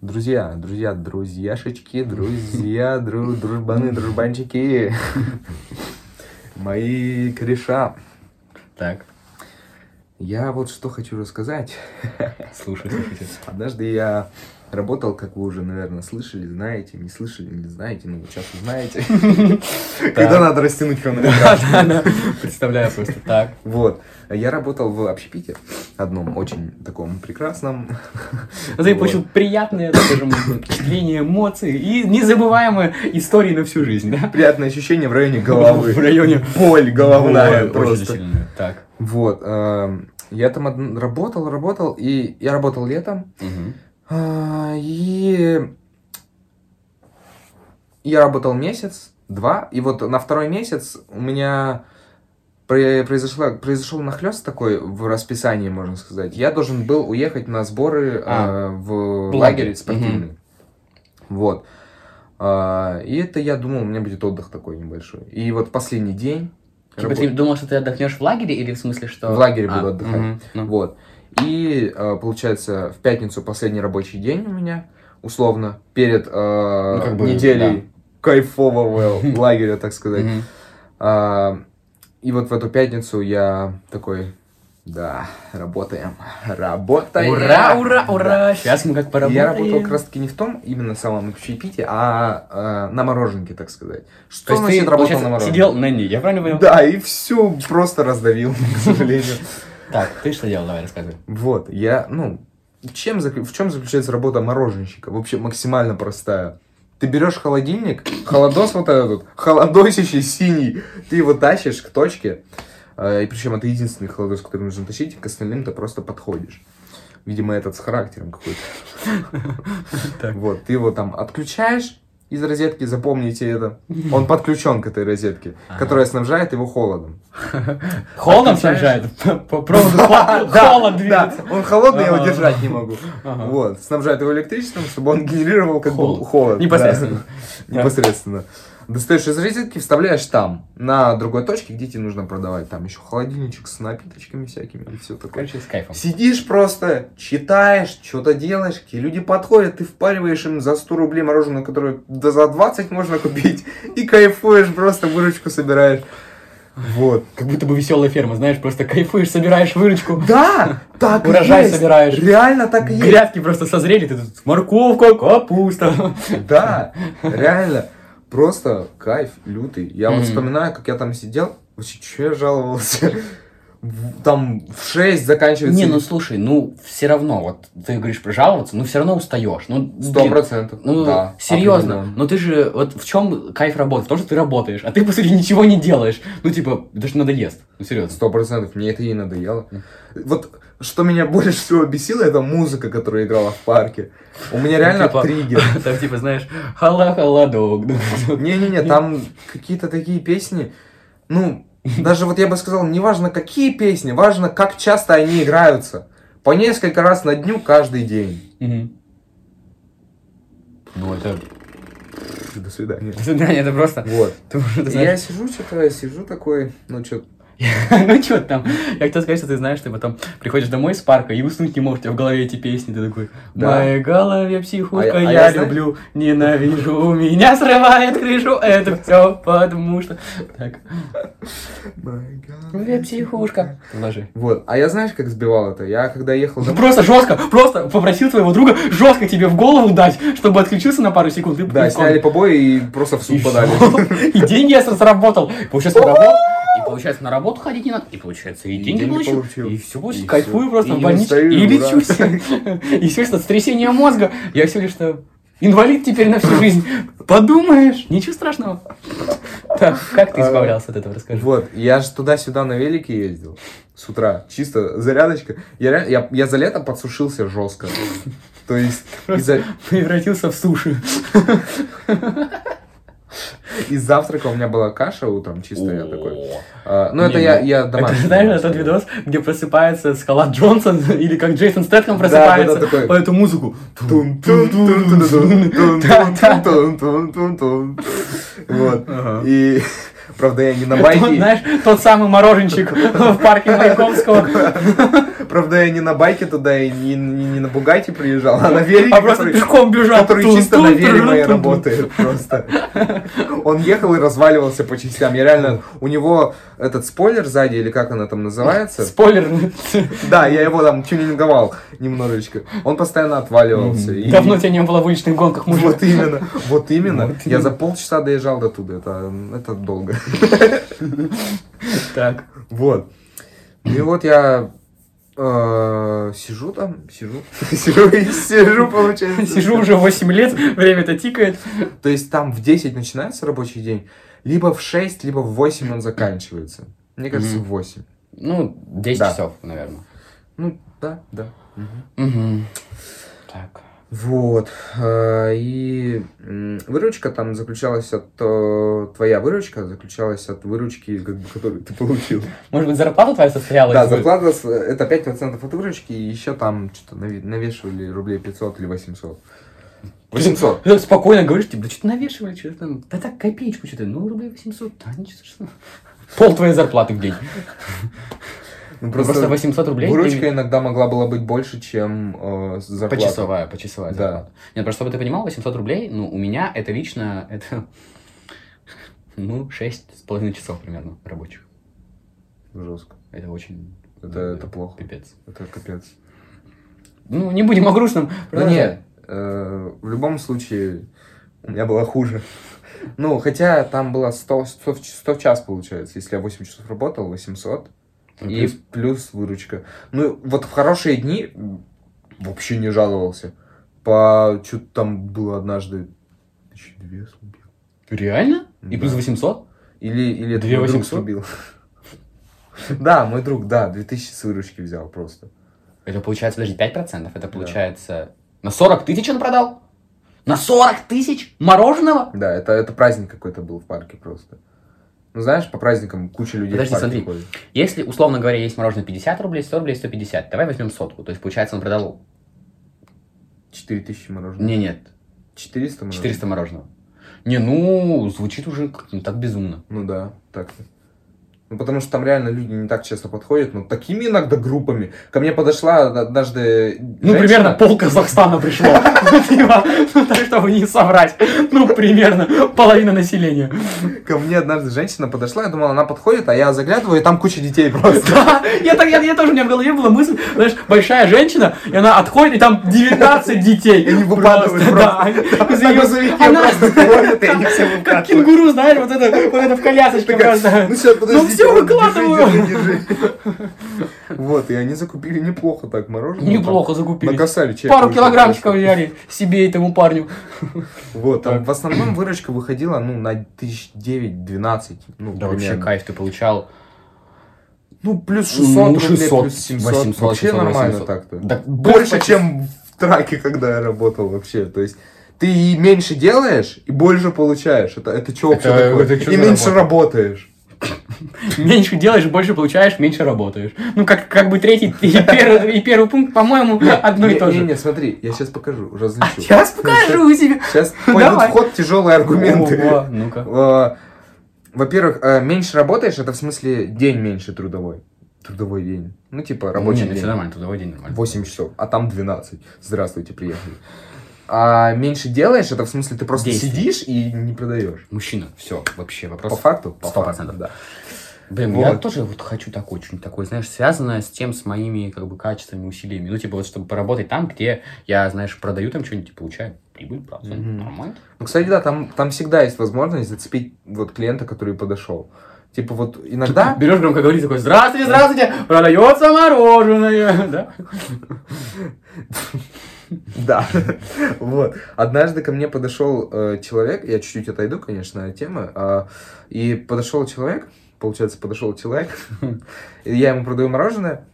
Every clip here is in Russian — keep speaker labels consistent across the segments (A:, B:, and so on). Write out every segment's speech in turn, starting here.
A: Друзья, друзья, друзьяшечки, друзья, дру- дружбаны, дружбанчики. Мои кореша.
B: Так,
A: Я вот что хочу рассказать.
B: слушай, слушайте.
A: Однажды я работал, как вы уже, наверное, слышали, знаете, не слышали, не знаете, ну, сейчас узнаете. Когда надо растянуть хронометраж.
B: Представляю просто так.
A: Вот. Я работал в общепите, одном очень таком прекрасном.
B: Зато я получил приятные, так скажем, впечатления, эмоции и незабываемые истории на всю жизнь, да?
A: Приятное ощущение в районе головы.
B: В районе
A: боль головная
B: Ой, Очень
A: просто.
B: сильно. Так.
A: Вот. эм, Я там од- работал, работал, и я работал летом,
B: Мгм.
A: а, и я работал месяц, два, и вот на второй месяц у меня пре- произошла, произошел нахлест такой в расписании, можно сказать. Я должен был уехать на сборы э,
B: А,
A: в
B: в лагерь.
A: лагерь спортивный. Вот. А, И это, я думал, у меня будет отдых такой небольшой. И вот последний день...
B: Типа
A: работ-
B: ты думал, что ты отдохнешь в лагере или в смысле, что...
A: В лагере буду
B: А,
A: отдыхать.
B: мгм, ну.
A: Вот. И э, получается, в пятницу последний рабочий день у меня, условно, перед э,
B: Ну, как бы,
A: неделей кайфового лагеря, так сказать.
B: Мгм.
A: А, и вот в эту пятницу я такой, да, работаем, работаем.
B: Ура, ура,
A: Да.
B: ура! Сейчас мы как
A: Я
B: поработаем.
A: работал как раз таки не в том именно самом общепите, а э, на мороженке, так сказать. Что
B: То есть
A: значит
B: ты,
A: работал
B: получается,
A: на мороженке?
B: сидел на ней, я правильно понял?
A: Да, и все просто раздавил, к сожалению.
B: Так, ты что делал? Давай, рассказывай.
A: Вот, я, ну, чем, зак- в чем заключается работа мороженщика? Вообще максимально простая. Ты берешь холодильник, холодос вот этот, холодосище синий, ты его тащишь к точке, э, и причем это единственный холодос, который нужно тащить, и к остальным ты просто подходишь. Видимо, этот с характером какой-то.
B: Так.
A: Вот, ты его там отключаешь из розетки, запомните это. Он подключен к этой розетке,
B: Ага.
A: которая снабжает его холодом.
B: Холодом
A: Отключаешь?
B: снабжает? По по проводу хо- холод
A: Да,
B: двигается.
A: он холодный, я его
B: Ага.
A: держать не могу.
B: Ага.
A: Вот, снабжает его электричеством, чтобы он генерировал как
B: Холод.
A: бы холод. да.
B: Непосредственно. Да.
A: Непосредственно. Достаешь из розетки, вставляешь там, на другой точке, где тебе нужно продавать. Там еще холодильничек с напиточками всякими и все такое.
B: Короче, с кайфом.
A: Сидишь просто, читаешь, что-то делаешь, какие люди подходят, ты впариваешь им за 100 рублей мороженое, которое да за 20 можно купить, и кайфуешь, просто выручку собираешь. Вот.
B: Как будто бы веселая ферма, знаешь, просто кайфуешь, собираешь выручку.
A: Да, так и
B: Урожай
A: есть.
B: собираешь.
A: Реально так и есть.
B: Грядки просто созрели, ты тут морковка, капуста.
A: Да, реально. Просто кайф лютый. Я вот
B: Мгм.
A: вспоминаю, как я там сидел. Вообще, что я жаловался? В- Там в 6 заканчивается.
B: Не, ну слушай, ну все равно, вот ты говоришь про жаловаться, ну все равно устаешь. Ну,
A: Сто
B: блин,
A: процентов.
B: Ну,
A: Да,
B: серьезно,
A: определенно.
B: но ты же, вот в чем кайф работы? В том, что ты работаешь, а ты, по сути, ничего не делаешь. Ну, типа, даже надоест. Ну, серьезно.
A: Сто процентов. Мне это и надоело. Вот что меня больше всего бесило, это музыка, которая играла в парке. У меня реально
B: Типа-
A: триггер.
B: Там, типа, знаешь, хала-халадок.
A: Не-не-не, там какие-то такие песни, ну, даже вот я бы сказал, не важно какие песни, важно, как часто они играются. По несколько раз на дню каждый день.
B: Мгм. Ну, это...
A: До свидания.
B: До свидания, это просто...
A: Вот.
B: Ты уже
A: И
B: знаешь-
A: Я сижу, что-то, сижу такой, ну что,
B: Ну, что там? Я хотел сказать, что ты знаешь, ты потом приходишь домой с парка и уснуть не можешь, у тебя в голове эти песни, ты такой... В
A: Да.
B: моей голове психушка,
A: А я- а
B: я
A: я, знаешь-
B: люблю, ненавижу, меня срывает крышу, это все потому что... Так, я психушка. Ложи.
A: Вот. А я знаешь, как сбивал это? Я когда ехал
B: Ну,
A: домой...
B: Просто жестко, просто попросил твоего друга жестко тебе в голову дать, чтобы отключился на пару секунд. И,
A: Да,
B: и-
A: сняли побои и просто в
B: и
A: суд подали.
B: всё. И деньги я сработал. И Получается, на работу. И получается, на работу ходить не надо. И получается, и
A: И
B: деньги
A: деньги
B: получил.
A: получил.
B: И все,
A: И
B: кайфую
A: всё.
B: просто
A: И
B: в
A: не
B: больничке.
A: устаю,
B: И
A: ура.
B: лечусь. И все, что сотрясение мозга. Я все лишь что инвалид теперь на всю жизнь. Подумаешь, ничего страшного. Так, как ты
A: А,
B: избавлялся от этого, расскажи.
A: Вот, я же туда-сюда на велике ездил с утра, чисто зарядочка. Я, ре- я, я за лето подсушился жестко. То есть и, за-
B: Превратился в суши.
A: и завтрака у меня была каша утром, чисто я такой.
B: О.
A: А, ну,
B: Не,
A: это я,
B: ну,
A: я
B: Это,
A: домашний.
B: знаешь, тот видос, где просыпается Скала Джонсон, или как Джейсон Стэтком
A: Да,
B: просыпается
A: да, да, такой.
B: по эту музыку.
A: Тун-тун-тун-тун-тун-тун-тун-тун-тун-тун-тун-тун. Вот.
B: Ага.
A: И, правда, я не на
B: Тот,
A: байке.
B: знаешь, тот самый мороженщик в парке Маяковского.
A: Правда, я не на байке туда и не, не- не на Бугате приезжал, а на велике.
B: А просто
A: который-
B: пешком бежал.
A: который
B: Тун,
A: чисто
B: тун,
A: на вере
B: тун,
A: моей
B: тун, тун.
A: работает просто. Он ехал и разваливался по частям. Я реально... У него этот спойлер сзади, или как она там называется?
B: Спойлер.
A: Да, я его там тюнинговал немножечко. Он постоянно отваливался. и-
B: Давно тебя не было в уличных гонках, мужик.
A: Вот именно, вот именно.
B: Вот
A: Я
B: именно.
A: за полчаса доезжал до туда, это, это долго.
B: Так.
A: Вот. И вот я э, сижу там, сижу, сижу и сижу, получается.
B: Сижу уже 8 лет, время-то тикает.
A: То есть там в 10 начинается рабочий день, либо в 6, либо в 8 он заканчивается. Мне кажется, в
B: Мгм.
A: 8.
B: Ну, 10
A: Да.
B: часов, наверное.
A: Ну, да, да. Мгм.
B: Угу. Так.
A: Вот. э, И м, выручка там заключалась от... э, Твоя выручка заключалась от выручки, как бы, которую ты получил.
B: Может быть, зарплата твоя состояла?
A: Да,
B: из-
A: зарплата с- это 5% от выручки, и еще там что-то нави- навешивали рублей 500 или 800. 800.
B: Ты так спокойно говоришь, типа, да что-то навешивали, что-то там, да так, копеечку что-то, ну, рублей 800, да, ничего страшного. Пол твоей зарплаты в день.
A: Ну,
B: Просто, 800 рублей в
A: выручка
B: день.
A: иногда могла была быть больше, чем э, зарплата.
B: Почасовая, почасовая
A: Да.
B: зарплата. Нет, просто чтобы ты понимал, 800 рублей, ну, у меня это лично, это, ну, 6,5 часов примерно рабочих.
A: Жестко.
B: Это очень...
A: Это- это плохо.
B: Пипец.
A: Это капец.
B: Ну, не будем о грустном.
A: Ну
B: продолжай.
A: нет, э, в любом случае у меня было хуже. Ну, хотя там было 100, 100, в ч- 100 в час, получается. Если я 8 часов работал, 800.
B: Ну,
A: И
B: плюс-
A: плюс выручка. Ну, вот в хорошие дни м, вообще не жаловался. По... Что-то там было однажды... Тысячи две срубил.
B: Реально? И
A: Да.
B: плюс 800?
A: Или, или это
B: Две
A: мой друг
B: 800?
A: срубил. Да, мой друг, да, 2000 с выручки взял просто.
B: Это получается, подожди, 5%? Это получается... На 40 тысяч он продал? На 40 тысяч мороженого?
A: Да, это, это праздник какой-то был в парке просто. Ну, знаешь, по праздникам куча людей
B: Подожди,
A: в парке
B: смотри.
A: ходит.
B: Если, условно говоря, есть мороженое 50 рублей, 100 рублей, 150, давай возьмем сотку. То есть, получается, он продал...
A: 4000 мороженого.
B: Не, нет,
A: 400 мороженого?
B: 400 мороженого. Не, ну, звучит уже как- не так безумно.
A: Ну да, так. Ну, потому что там реально люди не так часто подходят, но такими иногда группами. Ко мне подошла однажды
B: Ну,
A: женщина.
B: примерно пол Казахстана пришло. Типа, ну, Так, чтобы не соврать. Ну, примерно половина населения.
A: Ко мне однажды женщина подошла, я думал, она подходит, а я заглядываю, и там куча детей просто.
B: Да, я, так, я, я тоже, у меня в голове была мысль, знаешь, большая женщина, и она отходит, и там 19 детей.
A: И они выпадают просто.
B: Да, они- из
A: На
B: её-
A: грузовике
B: она-
A: просто ходят, и они все
B: Как
A: выпадают.
B: кенгуру, знаешь, вот это, вот это в колясочке просто.
A: Ну все, подождите.
B: всё,
A: вот,
B: выкладываю.
A: держи, держи, держи. Вот, и они закупили неплохо так мороженое. там.
B: Неплохо закупили.
A: Накосали чек
B: Пару
A: уже
B: килограммчиков
A: просто.
B: взяли себе этому парню.
A: Вот, там
B: Так.
A: в основном выручка выходила, ну, на тысяч девять-двенадцать. Ну,
B: Да вообще
A: примерно.
B: кайф ты получал.
A: Ну, плюс 600
B: Ну,
A: рублей,
B: 600,
A: плюс 700.
B: 800,
A: вообще
B: 800.
A: нормально так-то.
B: Да,
A: Больше,
B: господи.
A: чем в траке, когда я работал вообще. То есть ты и меньше делаешь, и больше получаешь. Это, это что вообще
B: Это-
A: такое?
B: это чё
A: и
B: за
A: меньше
B: работа?
A: работаешь.
B: Меньше делаешь, больше получаешь, меньше работаешь. Ну, как, как бы третий и первый, и первый пункт, по-моему, одно и
A: не,
B: то
A: не,
B: же.
A: не, смотри, я сейчас покажу,
B: А
A: различу.
B: сейчас покажу тебе.
A: Сейчас
B: Ну,
A: пойдут
B: давай.
A: в ход тяжелые аргументы.
B: Ого, Ну-ка.
A: Э, Во-первых, э, меньше работаешь, это в смысле день меньше трудовой. Трудовой день. Ну, типа рабочий
B: Не, ну,
A: день.
B: всё нормально, трудовой день нормально.
A: 8 часов, а там 12. Здравствуйте, приехали. А меньше делаешь, это в смысле ты просто
B: Действие.
A: сидишь и не продаешь.
B: Мужчина, все, вообще вопрос.
A: По факту? По факту,
B: Сто процентов.
A: да.
B: Блин, я
A: Вот.
B: тоже вот хочу такое, что-нибудь такое, знаешь, связанное с тем, с моими, как бы, качествами, усилиями. Ну, типа, вот, чтобы поработать там, где я, знаешь, продаю там что-нибудь, и получаю прибыль, правда,
A: Мгм.
B: нормально.
A: Ну, кстати, да, там, там всегда есть возможность зацепить вот клиента, который подошел. Типа вот иногда...
B: Берешь громко говорить такой, здравствуйте, здравствуйте, продается мороженое, да?
A: Да. Вот. Однажды ко мне подошел э, человек, я чуть-чуть отойду, конечно, от темы, а, и подошел человек, получается, подошел человек, и я ему продаю мороженое,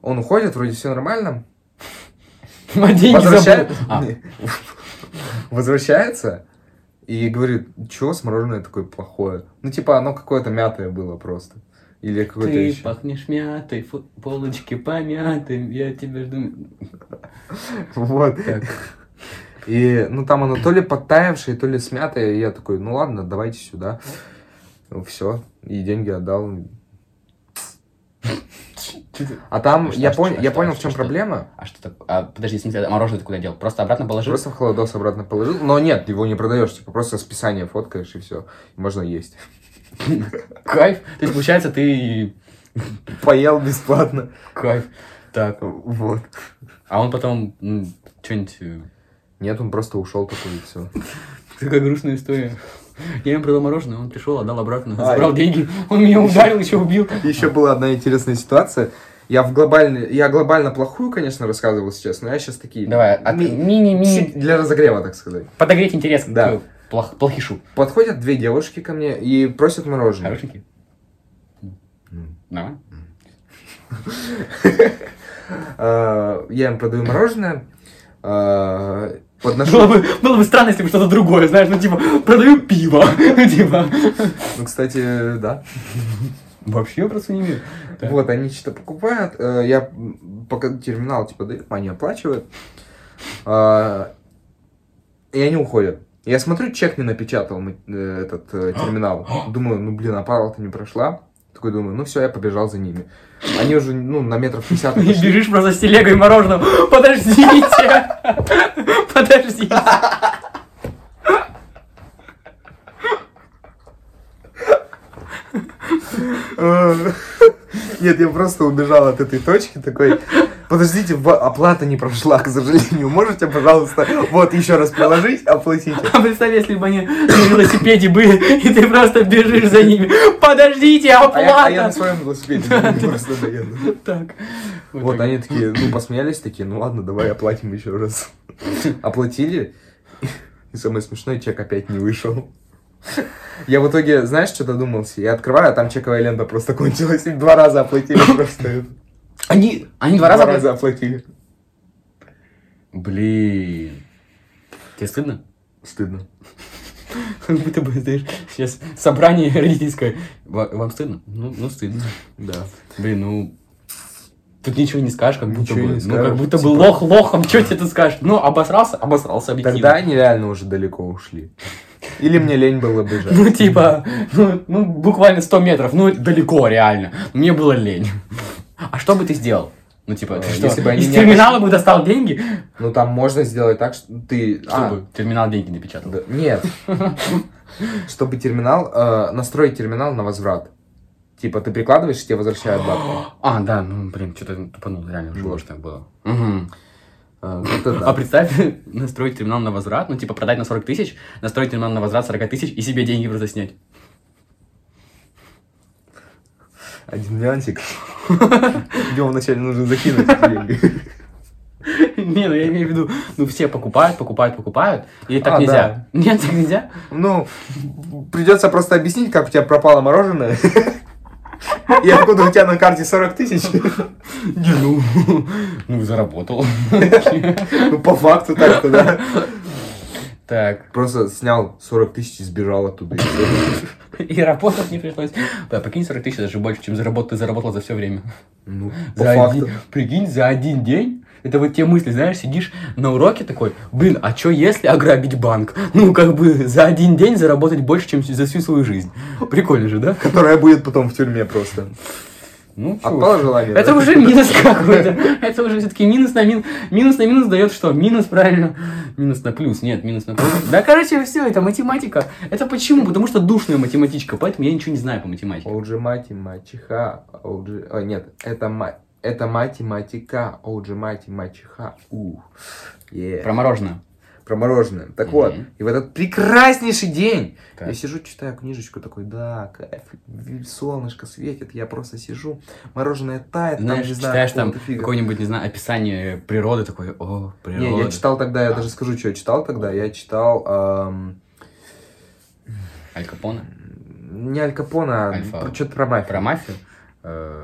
A: он уходит, вроде все нормально,
B: А деньги
A: Возвращает-
B: забыл. А,
A: Не. Возвращается и говорит, чего с мороженое такое плохое? Ну, типа, оно какое-то мятое было просто. Или какое-то
B: Ты
A: еще.
B: пахнешь мятой, футболочки помяты, я тебя жду.
A: Вот.
B: Так,
A: И, ну, там оно то ли подтаявшее, то ли смятое. И я такой, ну, ладно, давайте сюда. Ну, Все. И деньги отдал.
B: Чё ты-
A: А там,
B: Что,
A: я,
B: что,
A: пон-
B: что,
A: я понял,
B: что,
A: в чем
B: что?
A: проблема.
B: А что так? А, подожди, в смысле, а мороженое ты куда дел? Просто обратно положил?
A: Просто в холодос обратно положил. Но нет, его не продаешь. Типа просто списание фоткаешь и все. Можно есть.
B: Кайф. То есть, получается, ты...
A: Поел бесплатно.
B: Кайф. Так.
A: Вот.
B: А он потом что-нибудь... э,
A: Нет, он просто ушел такой и все.
B: Такая грустная история. Я ему продал мороженое, он пришел, отдал обратно,
A: А,
B: забрал деньги, он меня ударил, еще убил.
A: Еще была одна интересная ситуация. Я в глобальной, я глобально плохую, конечно, рассказывал сейчас, но я сейчас такие.
B: Давай, а от-
A: ми-
B: мини-мини.
A: чуть для разогрева, так сказать.
B: Подогреть интерес
A: Да.
B: к плох- плохишу.
A: Подходят две девушки ко мне и просят мороженое.
B: Хорошенький.
A: М.
B: Нормально?
A: А, Я им продаю мороженое. а,
B: Было
A: Подношу.
B: бы, было бы странно, если бы что-то другое, знаешь, ну типа, продаю пиво, ну типа.
A: Ну, кстати, да.
B: Вообще просто не имею. Да.
A: Вот, они что-то покупают. э, Я м, пока терминал типа даю, они оплачивают. а, И они уходят. Я смотрю, чек не напечатал м- э, этот э, терминал. Думаю, ну блин, аппарата не прошла. Такой думаю, ну все, я побежал за ними. Они уже, ну, на метров 50
B: И
A: отошли.
B: бежишь просто с телегой мороженого. Подождите! Подождите!
A: Э, Нет, я просто убежал от этой точки такой. Подождите, в- оплата не прошла, к сожалению. Можете, пожалуйста, вот еще раз приложить, оплатите.
B: А представь, если бы они на велосипеде были, и ты просто бежишь за ними. Подождите,
A: А я, а я
B: оплата!
A: на своем велосипеде ну, просто доеду.
B: Так.
A: Вот
B: так.
A: они такие, ну, посмеялись такие, ну ладно, давай оплатим еще раз. Оплатили, и самое смешное, чек опять не вышел. Я в итоге, знаешь, что додумался? Я открываю, а там чековая лента просто кончилась. И два раза оплатили просто.
B: Они, они два раза... блядь?
A: оплатили.
B: Блин. Тебе стыдно?
A: Стыдно.
B: Как будто бы, знаешь, сейчас собрание родительское. Ва- Вам стыдно? Ну, ну стыдно.
A: Да.
B: Блин, ну... Тут ничего не скажешь, как будто
A: Ничего не
B: бы. Ну, как
A: скажешь,
B: будто бы
A: типа-
B: лох лохом, что тебе тут скажешь? Ну, обосрался? Обосрался объективно.
A: Тогда они реально уже далеко ушли. Или мне лень было бежать.
B: Ну, типа, ну, ну, буквально 100 метров, ну, далеко реально. Мне было лень. А что бы ты сделал? Ну, типа, ты
A: Э,
B: что,
A: если бы они
B: из
A: не
B: терминала бы достал деньги?
A: Ну там можно сделать так, что ты... а,
B: Чтобы терминал деньги напечатал.
A: Да, Нет. Чтобы терминал, э, настроить терминал на возврат. Типа ты прикладываешь, и тебе возвращают бабки.
B: А, да, ну, блин, что-то тупанул, реально, уже
A: Вот.
B: может так было. Мгм.
A: Э, как-то
B: А
A: так.
B: представь, настроить терминал на возврат, ну, типа, продать на 40 тысяч, настроить терминал на возврат 40 тысяч и себе деньги просто снять.
A: Один нюансик. Его вначале нужно закинуть деньги.
B: Не, ну, я имею в виду, ну, все покупают, покупают, покупают, и так
A: А,
B: нельзя. Нет, так нельзя.
A: Ну, придется просто объяснить, как у тебя пропало мороженое. И откуда у тебя на карте 40 тысяч?
B: Не, ну, ну, заработал.
A: Ну, по факту так-то, да.
B: Так,
A: Просто снял 40 тысяч и сбежал оттуда. и всё.
B: И работать не пришлось. Да, прикинь, 40 тысяч, даже больше, чем заработал, ты заработала за все время.
A: Ну, по
B: За
A: факту.
B: один, прикинь, за один день. Это вот те мысли, знаешь, сидишь на уроке такой, блин, а что если ограбить банк? Ну, как бы за один день заработать больше, чем за всю свою жизнь. Прикольно же, да?
A: Которая будет потом в тюрьме просто. А
B: Ну, чё
A: Отпало
B: уж.
A: желание.
B: Это
A: да?
B: уже минус какой-то. Это уже все-таки минус на минус. Минус на минус дает что? Минус, правильно. Минус на плюс. Нет, минус на плюс. Да, короче, все, это математика. Это почему? Потому что душная математичка, поэтому я ничего не знаю по математике.
A: Оуджи мати мачиха, оуджи... О, нет, это, ма... это мати матика, оуджи мати мачиха. Ух, е.
B: Про мороженое.
A: Про мороженое. Так
B: Мгм.
A: вот, и в этот прекраснейший день
B: Кайф.
A: я сижу, читаю книжечку, такой, да, кайф, в- солнышко светит, я просто сижу, мороженое тает, там,
B: Знаешь,
A: Э, не знаю,
B: Ну, читаешь там
A: какого-то фига.
B: какое-нибудь, не знаю, описание природы, такой, о, природа.
A: Не, я читал тогда, я
B: А.
A: даже скажу, что я читал тогда, я читал... эм,
B: Аль Капоне.
A: не Аль Капона,
B: Альфа.
A: а что-то про мафию.
B: Про мафию. Э,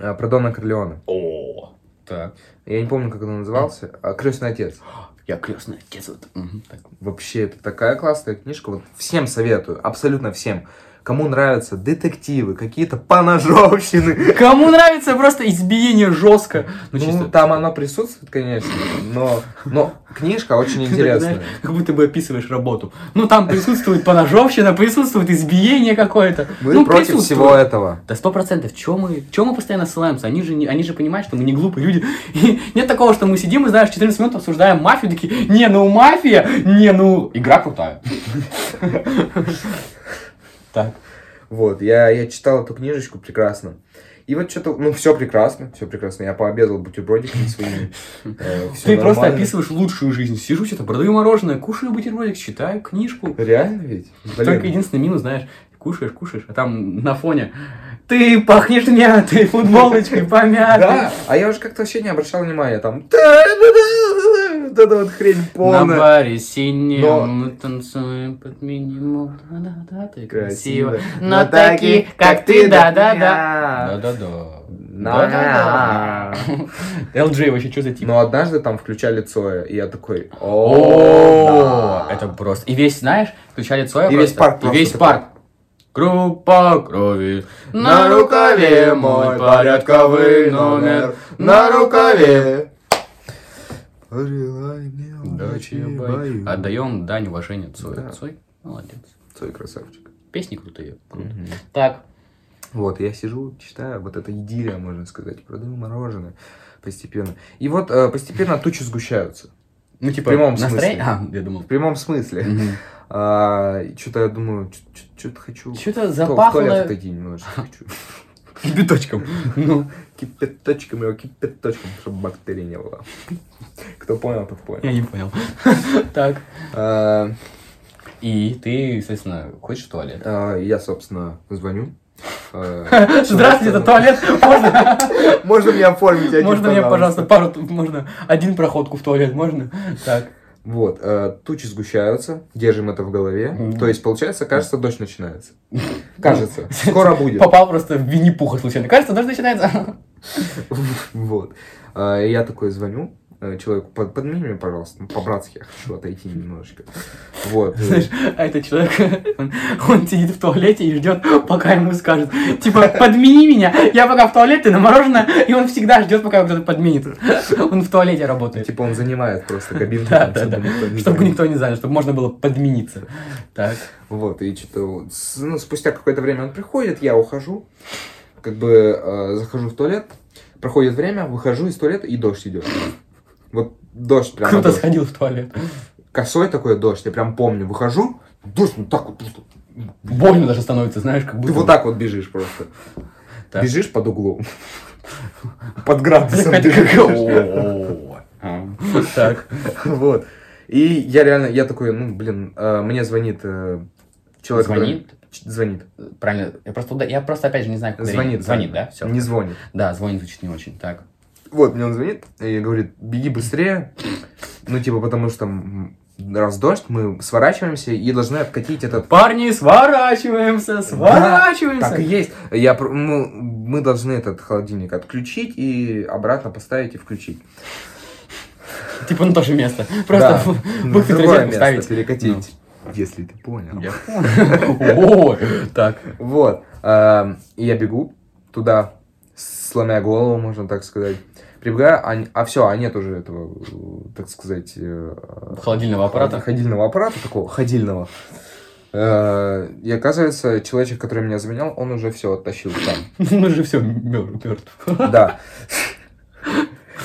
A: Э, Про Дона Корлеона.
B: О, так.
A: Я не помню, как он назывался. А, Крестный отец.
B: Я крестный отец. Вот. Мгм, так.
A: Вообще, это такая классная книжка. Вот всем советую, абсолютно всем. Кому нравятся детективы, какие-то поножовщины.
B: Кому нравится просто избиение жестко.
A: Ну, там оно присутствует, конечно, но, но книжка очень интересная.
B: Знаешь, Как будто бы описываешь работу. Ну, там присутствует поножовщина, присутствует избиение какое-то.
A: Мы
B: ну,
A: против
B: присутствует.
A: всего этого.
B: Да сто процентов. Чего мы, чё мы постоянно ссылаемся? Они же, не, они же понимают, что мы не глупые люди. И нет такого, что мы сидим и, знаешь, 14 минут обсуждаем мафию, такие, не, ну мафия, не, ну... Игра крутая. Так.
A: Вот, я, я читал эту книжечку прекрасно. И вот что-то, ну, все прекрасно, все прекрасно. Я пообедал бутербродиками своими. э, всё
B: Ты просто
A: нормально.
B: описываешь лучшую жизнь. Сижу что-то, продаю мороженое, кушаю бутербродик, читаю книжку.
A: Реально ведь? Блин.
B: Только единственный минус, знаешь, кушаешь, кушаешь, а там на фоне ты пахнешь мятой, футболочкой помятой.
A: Да, а я уже как-то вообще не обращал внимания, там... Вот эта вот хрень
B: На
A: полная.
B: баре синем
A: Но-
B: мы танцуем под минимум. Да-да-да, ты
A: Красиво.
B: красиво. Но такие, как ты, да-да-да.
A: да-да-да.
B: Да-да-да.
A: Да-да-да.
B: LJ вообще что за тип?
A: Но однажды там включали Цоя, и я такой...
B: О,
A: «О, да».
B: это просто. И весь, знаешь, включали Цоя
A: И весь
B: просто.
A: парк
B: И
A: просто
B: весь
A: такой.
B: парк. Группа крови
A: На рукаве мой порядковый номер, на рукаве.
B: Дачи Отдаем дань уважения Цою.
A: Да.
B: Цой, молодец.
A: Цой красавчик.
B: Песни крутые. Круто. Так,
A: Вот, я сижу, читаю, вот это идиллия, можно сказать, продаю мороженое постепенно. И вот э, постепенно тучи сгущаются.
B: ну типа
A: В прямом смысле.
B: настроение- А, я думал.
A: В прямом смысле. что-то я думаю, что-то хочу.
B: Что-то
A: В то- в
B: запахло
A: туалет идти немножечко хочу.
B: кипяточком. Ну,
A: Кипяточком его, кипяточком, чтобы бактерий не было. Кто понял, тот понял.
B: я не понял. Так.
A: А,
B: И ты, соответственно, хочешь в туалет?
A: а, Я, собственно, звоню. А,
B: Здравствуйте, это туалет. Можно?
A: Можно мне оформить один,
B: Можно мне, пожалуйста, пару, можно один проходку в туалет, можно? Так.
A: Вот, э, тучи сгущаются, держим это в голове.
B: Мгм.
A: То есть, получается, кажется, дождь начинается. Кажется, скоро будет.
B: Попал просто в Винни-Пуха случайно. Кажется, дождь начинается.
A: Вот. Э, Я такой звоню э, человеку, «Под- подмени меня, пожалуйста, ну, по-братски я хочу отойти немножечко. Вот. э,
B: Знаешь, а этот человек, он, он сидит в туалете и ждет, пока ему скажут, типа, подмени меня, я пока в туалет, ты на мороженое, и он всегда ждет, пока его кто-то подменит. Он в туалете работает.
A: Типа он занимает просто кабинку.
B: Да,
A: там,
B: да, да.
A: чтобы никто не
B: Чтобы
A: заметил.
B: никто не занял, чтобы можно было подмениться. Так.
A: Вот, и что-то... Ну, спустя какое-то время он приходит, я ухожу, как бы э, захожу в туалет, проходит время, выхожу из туалета, и дождь идет. Вот дождь прям.
B: Круто сходил в туалет.
A: Косой такой дождь, я прям помню, выхожу, дождь, ну так вот, просто.
B: Больно даже становится, знаешь, как будто...
A: ты вот так вот бежишь просто.
B: Так.
A: Бежишь под углом. Под градусом
B: Хотя-
A: бежишь.
B: О, а. Так.
A: Вот. И я реально, я такой, ну, блин, э, мне звонит э, человек. который-
B: Звонит?
A: Ч- Звонит.
B: Правильно. Я просто, я просто опять же не знаю, как
A: Звонит.
B: Звонит, да? Все.
A: Не звонит.
B: Да, звонит звучит не очень. Так.
A: Вот, мне он звонит и говорит, беги быстрее. Ну, типа, потому что м, раз дождь, мы сворачиваемся и должны откатить этот...
B: Парни, сворачиваемся, сворачиваемся.
A: Так и есть. Я, пр- мы, мы должны этот холодильник отключить и обратно поставить и включить.
B: Типа на то же место. Просто
A: Да.
B: в-
A: На
B: в
A: другое
B: их приоритет
A: место
B: ставить. Ну.
A: перекатить. Если ты понял.
B: Я понял. О, Так.
A: Вот. эм, и я бегу туда, сломя голову, можно так сказать. Прибегаю, а, все, а нет уже этого, э, так сказать... э,
B: Холодильного аппарата.
A: Ходильного аппарата такого, ходильного. Э, И оказывается, человечек, который меня заменял, он уже все оттащил там.
B: Ну же все мертв.
A: Да.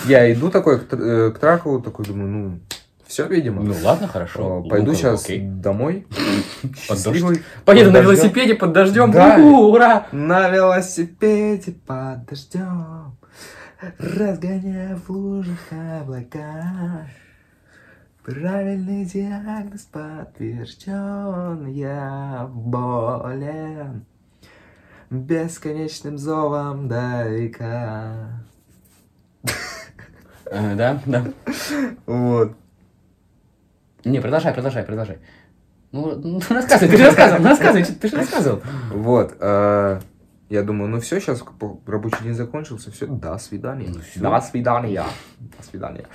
A: Я иду такой к тр- э, к траку, такой думаю, ну, все, видимо.
B: Ну ладно,
A: Э,
B: хорошо.
A: Пойду
B: Ну,
A: сейчас
B: окей.
A: домой.
B: Под дождь.
A: Счастливый.
B: Поеду
A: Под
B: на
A: дождем.
B: велосипеде под дождем.
A: Да.
B: Уху, Ура!
A: На велосипеде под дождем, разгоняя в лужах облака. Правильный диагноз подтвержден, я болен бесконечным зовом далека.
B: Э, Да, да.
A: Вот.
B: Не, продолжай, продолжай, продолжай. Ну, ну, рассказывай, ты же рассказывал, ну, рассказывай, ты же рассказывал.
A: Вот. э, я думаю, ну все, сейчас рабочий день закончился, все, до свидания.
B: Ну всё.
A: До свидания. До свидания.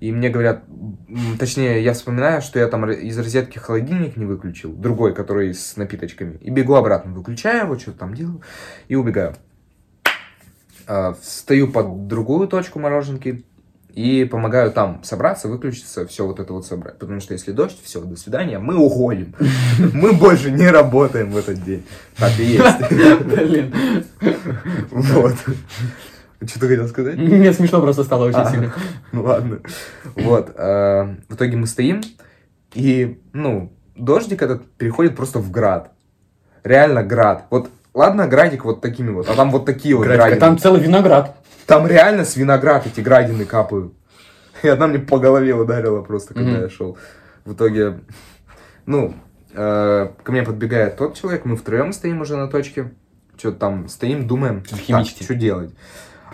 A: и мне говорят, м, точнее, я вспоминаю, что я там р- из розетки холодильник не выключил, другой, который с напиточками, и бегу обратно, выключаю его, что-то там делаю, и убегаю. А, Встаю под другую точку мороженки и помогаю там собраться, выключиться, все вот это вот собрать. Потому что если дождь, все, до свидания, мы уходим. Мы больше не работаем в этот день. Так и есть.
B: Блин.
A: Вот. Что ты хотел сказать?
B: Мне смешно просто стало очень
A: А.
B: сильно.
A: Ну ладно. Вот. э, В итоге мы стоим, и, ну, дождик этот переходит просто в град. Реально град. Вот, ладно, градик вот такими вот, а там вот такие вот
B: Градик, а
A: градины.
B: Там целый виноград.
A: Там реально с виноград эти градины капают. И одна мне по голове ударила просто, когда
B: Мгм.
A: я шел. В итоге, ну, э, ко мне подбегает тот человек, мы втроем стоим уже на точке. Что-то там стоим, думаем,
B: Химичите.
A: что делать.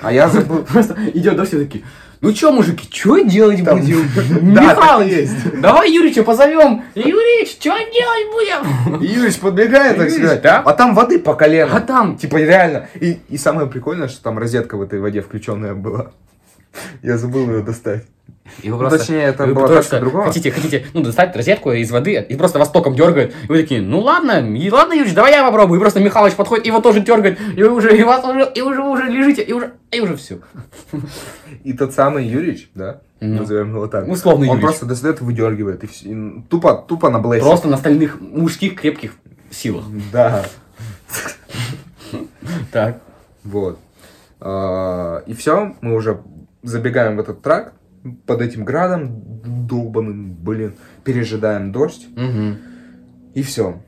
A: А я забыл...
B: Просто идет дождь и такие, ну чё, мужики, чё делать
A: Там-
B: будем?
A: Да, так
B: Михалыч,
A: и есть.
B: давай Юрича позовем. Юрич, чё делать будем?
A: Юрич подбегает, так
B: Юрич,
A: сказать,
B: да?
A: а там воды по колено.
B: А там,
A: Типа реально. И, и самое прикольное, что там розетка в этой воде включенная была. Я забыл ее достать.
B: его
A: Ну,
B: просто...
A: точнее, это
B: вы
A: была
B: просто
A: точка другого.
B: Хотите, хотите, ну, достать розетку из воды и просто востоком дергает. И вы такие, ну ладно, и ладно, Юрич, давай я попробую. И просто Михалыч подходит, его тоже дергает, и вы уже, и вас уже, и уже, вы уже лежите, и уже, и уже все.
A: И тот самый Юрич, да?
B: Ну.
A: Назовем его так.
B: Условно
A: Он
B: Юрич.
A: просто достает и выдергивает. И, вс- и тупо, тупо на блэсе.
B: Просто на стальных мужских крепких силах.
A: Да.
B: Так.
A: Вот. А, И все, мы уже забегаем в этот трак под этим градом долбаным, блин, пережидаем дождь.
B: Угу.
A: И все.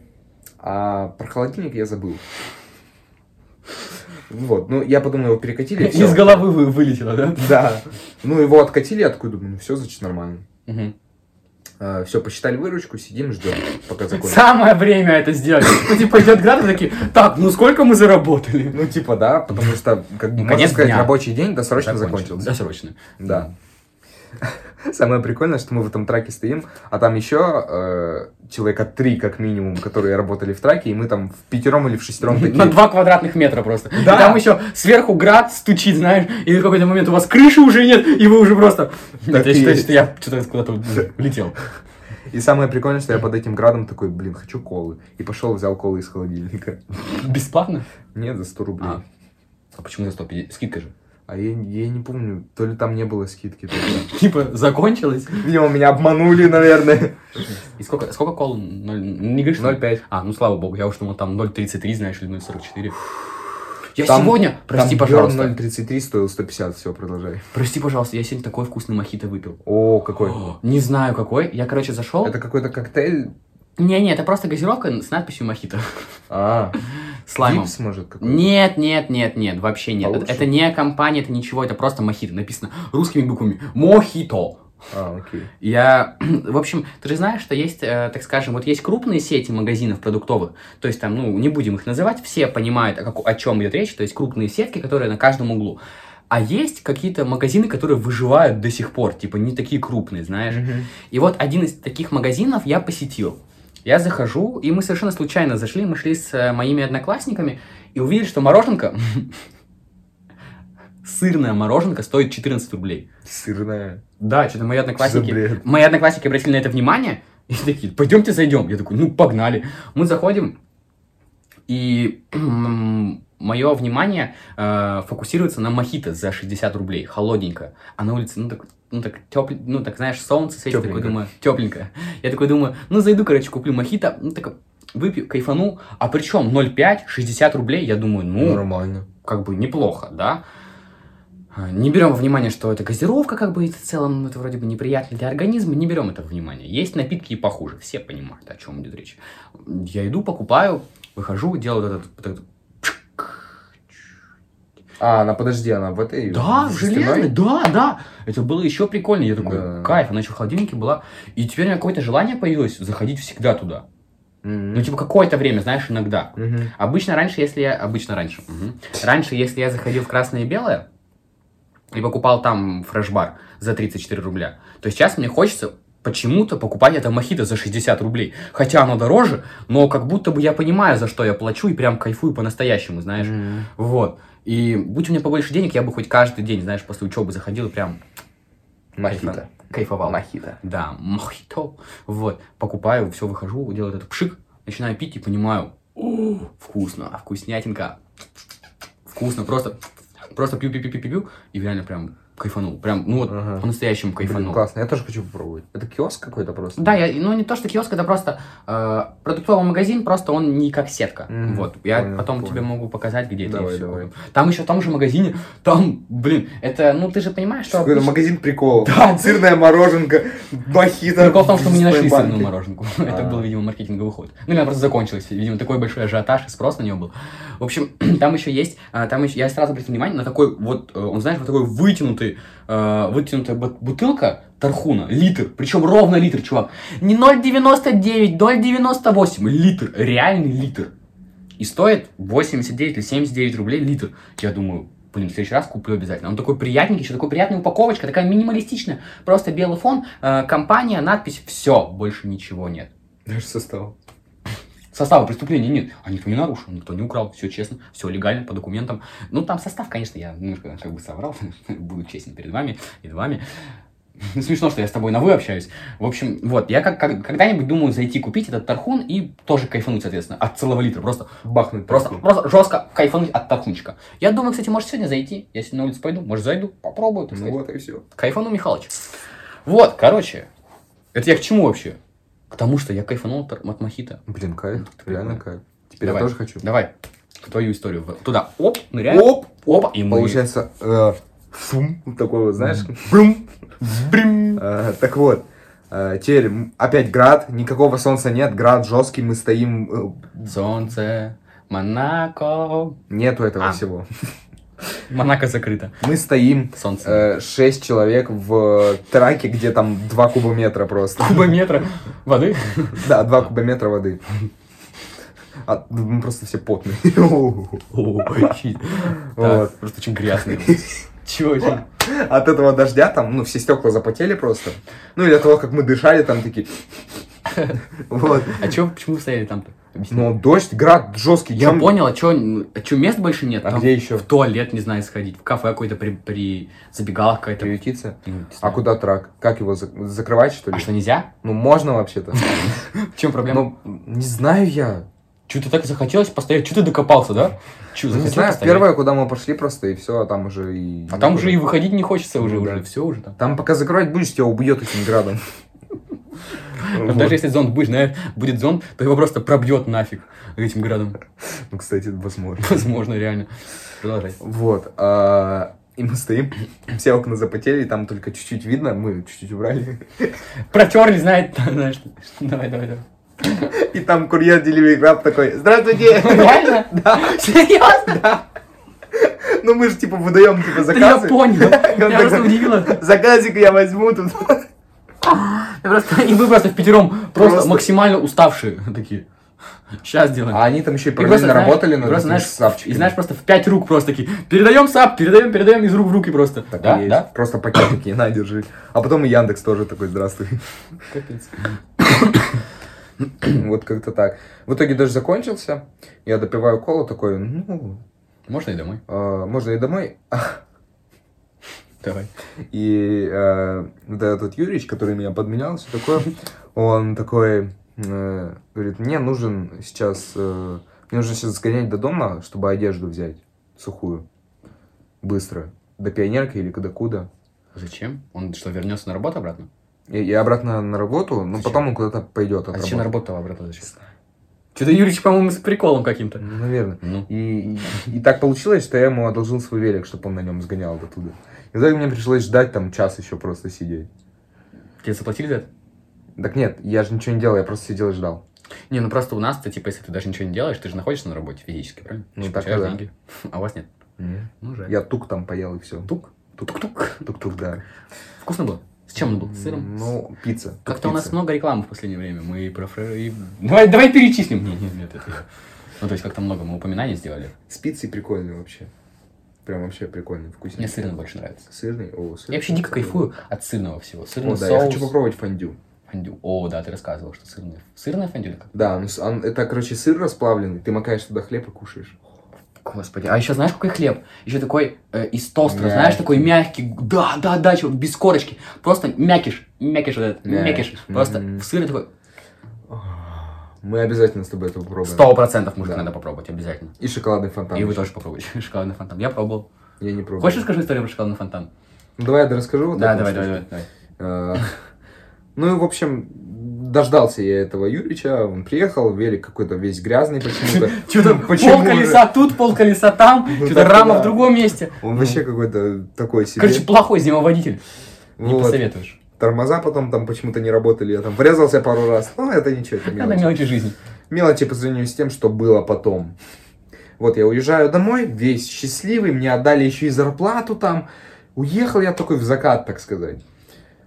A: А про холодильник я забыл. Вот, ну я подумал, его перекатили. и всё.
B: Из головы вы- вылетело, да?
A: Да. Ну его откатили, откуда думаю, ну все, значит, нормально.
B: Угу.
A: все, посчитали выручку, сидим, ждем, пока закончится.
B: Самое время это сделать. Ну, типа, идет градус, такие, так, ну сколько мы заработали?
A: Ну, типа, да, потому что, как бы,
B: Ну,
A: можно
B: конец
A: сказать,
B: дня.
A: рабочий день досрочно
B: Закончилось.
A: закончился.
B: Досрочно.
A: Да. Самое прикольное, что мы в этом траке стоим, а там еще человека три, как минимум, которые работали в траке, и мы там в пятером или в шестером
B: На
A: такие.
B: два квадратных метра просто. И
A: Да.
B: там еще сверху град стучит, знаешь, и в какой-то момент у вас крыши уже нет, и вы уже просто... Нет,
A: Так
B: я
A: и
B: считаю,
A: есть.
B: что я что-то куда-то летел.
A: И самое прикольное, что я под этим градом такой, блин, хочу колы. И пошел, взял колы из холодильника.
B: Бесплатно?
A: Нет, за 100 рублей.
B: А. А почему за 150? Скидка же.
A: А я, я не помню, то ли там не было скидки. то ли-
B: Типа, закончилось.
A: Видимо, меня обманули, наверное.
B: И сколько, сколько кол? Ноль- Не говоришь? что ли?
A: 0,5.
B: А, ну слава богу, я уж думал, там 0,33, знаешь, или 0,44. Я
A: Там-
B: сегодня, прости,
A: Там Бёрн
B: пожалуйста,
A: 0,33 стоил 150, все, продолжай.
B: прости, пожалуйста, я сегодня такой вкусный мохито выпил.
A: О, какой.
B: О, Не знаю какой, я, короче, зашел.
A: Это какой-то коктейль?
B: Не-не, это просто газировка с надписью мохито.
A: А,
B: С лаймом.
A: Дипс, может, какой-то?
B: Нет, нет, нет, нет, вообще нет. Это,
A: Получше?
B: это не компания, это ничего, это просто мохито. Написано русскими буквами. Мохито.
A: А, окей.
B: Я, в общем, ты же знаешь, что есть, э, так скажем, вот есть крупные сети магазинов продуктовых, то есть там, ну, не будем их называть, все понимают, о, как- о чем идет речь, то есть крупные сетки, которые на каждом углу. А есть какие-то магазины, которые выживают до сих пор, типа не такие крупные, знаешь.
A: Мгм.
B: И вот один из таких магазинов я посетил. Я захожу, и мы совершенно случайно зашли, мы шли с э, моими одноклассниками и увидели, что мороженка, сырная мороженка стоит 14 рублей.
A: Сырная.
B: Да, что-то мои
A: За
B: одноклассники,
A: бред.
B: мои одноклассники обратили на это внимание и такие, пойдемте зайдем. Я такой, ну погнали. Мы заходим, и мое внимание э, фокусируется на мохито за 60 рублей, холодненько. А на улице, ну так, ну так тепленько, ну так знаешь, солнце светит, такой
A: Тёпленько.
B: думаю, тепленько. Я такой думаю, ну зайду, короче, куплю мохито, ну так выпью, кайфану. А причем 0,5, 60 рублей, я думаю, ну,
A: Нормально.
B: как бы неплохо, да. А, Не берем во внимание, что это газировка, как бы и в целом это вроде бы неприятно для организма, не берем это во внимание. Есть напитки и похуже, все понимают, о чем идет речь. Я иду, покупаю, выхожу, делаю вот этот, вот этот-
A: А, она, подожди, она в этой...
B: Да,
A: в
B: в
A: жестяной?
B: железной, да, да. Это было еще прикольнее. Я такой,
A: Да.
B: кайф, она еще в холодильнике была. И теперь у меня какое-то желание появилось заходить всегда туда.
A: Мгм.
B: Ну, типа, какое-то время, знаешь, иногда.
A: Мгм.
B: Обычно раньше, если я... Обычно раньше. мгм. Раньше, если я заходил в красное и белое и покупал там фреш-бар за 34 рубля, то сейчас мне хочется почему-то покупать это мохито за 60 рублей. Хотя оно дороже, но как будто бы я понимаю, за что я плачу, и прям кайфую по-настоящему, знаешь.
A: Мгм.
B: Вот. И будь у меня побольше денег, я бы хоть каждый день, знаешь, после учебы заходил и прям...
A: Мохито.
B: кайфовал.
A: Мохито.
B: Да, мохито. Вот, покупаю, все, выхожу, делаю этот пшик, начинаю пить и понимаю, «О, вкусно, вкуснятинка. Вкусно, просто, просто пью, пью, пью, пью, пью, пью, и реально прям кайфанул. Прям, ну вот,
A: Ага.
B: по-настоящему
A: Блин,
B: кайфанул.
A: классно, я тоже хочу попробовать. Это киоск какой-то просто?
B: Да, я, ну не то, что киоск, это просто э, продуктовый магазин, просто он не как сетка.
A: Мгм,
B: Вот, я
A: понял,
B: потом
A: понял.
B: тебе могу показать, где это и
A: Давай,
B: всё.
A: давай.
B: Там еще в том же магазине, там, блин, это, ну ты же понимаешь, что...
A: Какой-то
B: обычно-
A: магазин приколов.
B: Да.
A: Сырная мороженка, мохито.
B: Прикол в том, что мы не нашли
A: Спайбанки.
B: сырную мороженку. Это
A: А.
B: был, видимо, маркетинговый ход. Ну, или она просто закончилась. Видимо, такой большой ажиотаж и спрос на нее был. В общем, там еще есть, а, там еще, я сразу обратил внимание на такой вот, э, он, знаешь, вот такой вытянутый, э, вытянутая бут- бутылка Тархуна, литр, причем ровно литр, чувак. Не 0,99, 0,98, литр, реальный литр. И стоит 89 или 79 рублей литр. Я думаю, блин, в следующий раз куплю обязательно. Он такой приятненький, еще такой приятная упаковочка, такая минималистичная. Просто белый фон, э, компания, надпись, все, больше ничего нет.
A: Даже состав.
B: Состава преступления нет. А никто не нарушил, никто не украл, все честно, все легально, по документам. Ну, там состав, конечно, я немножко как бы соврал, буду честен перед вами и вами. Ну, Смешно, что я с тобой на «вы» общаюсь. В общем, вот, я как, как- когда-нибудь думаю зайти купить этот тархун и тоже кайфануть, соответственно, от целого литра. Просто
A: Бахнуть.
B: Просто,
A: такой.
B: просто жестко кайфануть от тархунчика. Я думаю, кстати, может сегодня зайти. Я сегодня на улицу пойду, может зайду, попробую, так
A: Ну
B: сказать.
A: вот и все.
B: Кайфану Михалыч. Вот, короче. Это я к чему вообще? К тому, что я кайфанул от, тар- от мохито.
A: Блин, кайф. Реально кайф. Ну, Теперь
B: Давай.
A: я тоже хочу.
B: Давай, в твою историю. В- Туда, оп, ныряем.
A: Оп,
B: оп, и мы...
A: Получается, э, шум такой вот, знаешь?
B: Брум, брим.
A: Э, Так вот, э, теперь м, опять град, никакого солнца нет, град жесткий, мы стоим, э,
B: Солнце, Монако.
A: нету этого
B: А.
A: всего.
B: Монако закрыто.
A: Мы стоим,
B: Солнце.
A: э, шесть человек в э, траке, где там два кубометра просто.
B: Кубометра воды.
A: Да, два кубометра воды. А, мы просто все потные. От
B: О, щит. Так,
A: Вот.
B: Просто очень грязный. Чего очень?
A: этого дождя там, ну, все стекла запотели просто. Ну, или от того, как мы дышали, там такие... Вот.
B: А чё, почему вы стояли там-то? Объясни.
A: Ну, дождь, град жесткий.
B: Я
A: Чем-
B: понял, а чё, н- а чё, мест больше нет?
A: А
B: Там
A: где еще?
B: В туалет, не знаю, сходить, в кафе какой-то при, при забегалах какая-то.
A: Приютиться.
B: Ну, не знаю.
A: А куда трак? Как его зак- закрывать, что ли?
B: А что, нельзя?
A: Ну, можно вообще-то.
B: В чем проблема?
A: Ну, не знаю я.
B: Чё ты так захотелось постоять? Чё ты докопался, да? Чё,
A: Ну, Не
B: захотел
A: знаю,
B: постоять?
A: первое, куда мы пошли просто, и все, а там уже и...
B: А там уже и выходить не хочется уже,
A: Ну,
B: уже
A: да.
B: все уже там.
A: Там пока закрывать будешь, тебя убьет этим градом.
B: Там
A: Вот.
B: Даже если зонт будет, знаешь, будет зонт, то его просто пробьет нафиг этим градом.
A: Ну, кстати, возможно.
B: Возможно, реально. Продолжай.
A: Вот. а, И мы стоим, все окна запотели, и там только чуть-чуть видно, мы чуть-чуть убрали.
B: Протерли, знает, знаешь. Давай, давай, давай.
A: И там курьер Delivery Club такой, здравствуйте!
B: Реально? Да. Серьезно?
A: Ну мы же типа выдаем типа
B: Я
A: заказы.
B: понял.
A: Он
B: Я просто
A: такой,
B: удивила.
A: Заказик я возьму тут.
B: Я просто- И вы просто в пятером просто,
A: Просто.
B: максимально уставшие такие. Сейчас делаем.
A: А они там еще и
B: И просто,
A: параллельно
B: знаешь,
A: работали
B: и
A: над
B: просто,
A: этими
B: знаешь,
A: сапчиками.
B: И знаешь, просто в пять рук просто такие. Передаем сап, передаем, передаем из рук в руки просто.
A: Так и
B: да,
A: есть.
B: да?
A: Просто пакетики, на, держи. А потом и Яндекс тоже такой, здравствуй.
B: Капец.
A: вот как-то так. В итоге даже закончился. Я допиваю колу, такой, ну,
B: Можно и домой?
A: э, можно и домой.
B: Давай.
A: И э, вот этот Юрич, который меня подменял, все такое, он такой э, говорит, мне нужен сейчас, э, мне нужно сейчас сгонять до дома, чтобы одежду взять сухую, быстро, до пионерки или до куда.
B: А Зачем? Он что, вернется на работу обратно?
A: И, и обратно на работу, но
B: Зачем?
A: потом он куда-то пойдет от
B: А зачем на
A: работы.
B: работу обратно зачем? Что-то Юрич, по-моему, с приколом каким-то.
A: Ну, Наверное.
B: Ну.
A: И, и- и так получилось, что я ему одолжил свой велик, чтобы он на нем сгонял до туда. И в итоге мне пришлось ждать там час еще просто сидеть.
B: Тебе заплатили за это?
A: Так нет, я же ничего не делал, я просто сидел и ждал.
B: Не, ну просто у нас, то типа, если ты даже ничего не делаешь, ты же находишься на работе физически, правильно?
A: Ну,
B: Ты
A: так
B: получаешь
A: да.
B: деньги. А у вас нет. Ну, жаль.
A: Я тук там поел и все.
B: Тук? Тук-тук.
A: Тук-тук, да.
B: Вкусно было? С чем он был? С сыром?
A: Ну, пицца. тук
B: Как-то у нас
A: пицца.
B: много рекламы в последнее время. Мы и про фрэ- и- Давай, давай перечислим. Нет, нет, нет, это я. Ну, то есть как-то много мы упоминаний сделали.
A: С пиццей прикольный вообще. Прям вообще прикольный, вкусный.
B: Мне сырный больше нравится.
A: Сырный? О,
B: Я
A: сырный.
B: вообще дико кайфую от сырного всего. Сырный
A: О, да, я
B: соус.
A: хочу попробовать фондю.
B: Фондю. О, да, ты рассказывал, что сырное. Сырное фондю или как?
A: Да, ну, с- он- это, короче, сыр расплавленный, ты макаешь туда хлеб и кушаешь.
B: Господи, а еще знаешь, какой хлеб? Еще такой э, из толстого,
A: Мягкий.
B: знаешь, такой мягкий. Да, да, да, чувак, без корочки. Просто мякиш, мякиш вот этот,
A: Мякиш,
B: мякиш. Просто
A: мгм.
B: в сыре такой.
A: Мы обязательно с тобой это попробуем.
B: Сто процентов, мужик,
A: Да.
B: надо попробовать обязательно.
A: И шоколадный фонтан.
B: И вы
A: еще.
B: тоже попробуйте. Шоколадный фонтан. Я пробовал.
A: Я не пробовал.
B: Хочешь расскажу историю про шоколадный фонтан?
A: Ну, давай я расскажу. вот
B: Да,
A: эту
B: давай,
A: штучку.
B: давай,
A: Э,
B: давай.
A: Ну и, в общем, дождался я этого Юрича, он приехал, велик какой-то весь грязный почему-то.
B: Что-то
A: Почему
B: пол
A: же?
B: колеса тут, пол колеса там,
A: Ну,
B: что-то
A: так,
B: рама
A: да.
B: в другом месте.
A: Он вообще какой-то такой себе.
B: Ну. Короче, плохой зимоводитель. Не
A: Ну Вот.
B: посоветуешь.
A: Тормоза потом там почему-то не работали, я там врезался пару раз. Ну, это ничего, это
B: Это
A: мелочи.
B: мелочи жизни.
A: Мелочи по сравнению с тем, что было потом. Вот я уезжаю домой, весь счастливый, мне отдали еще и зарплату там. Уехал я такой в закат, так сказать.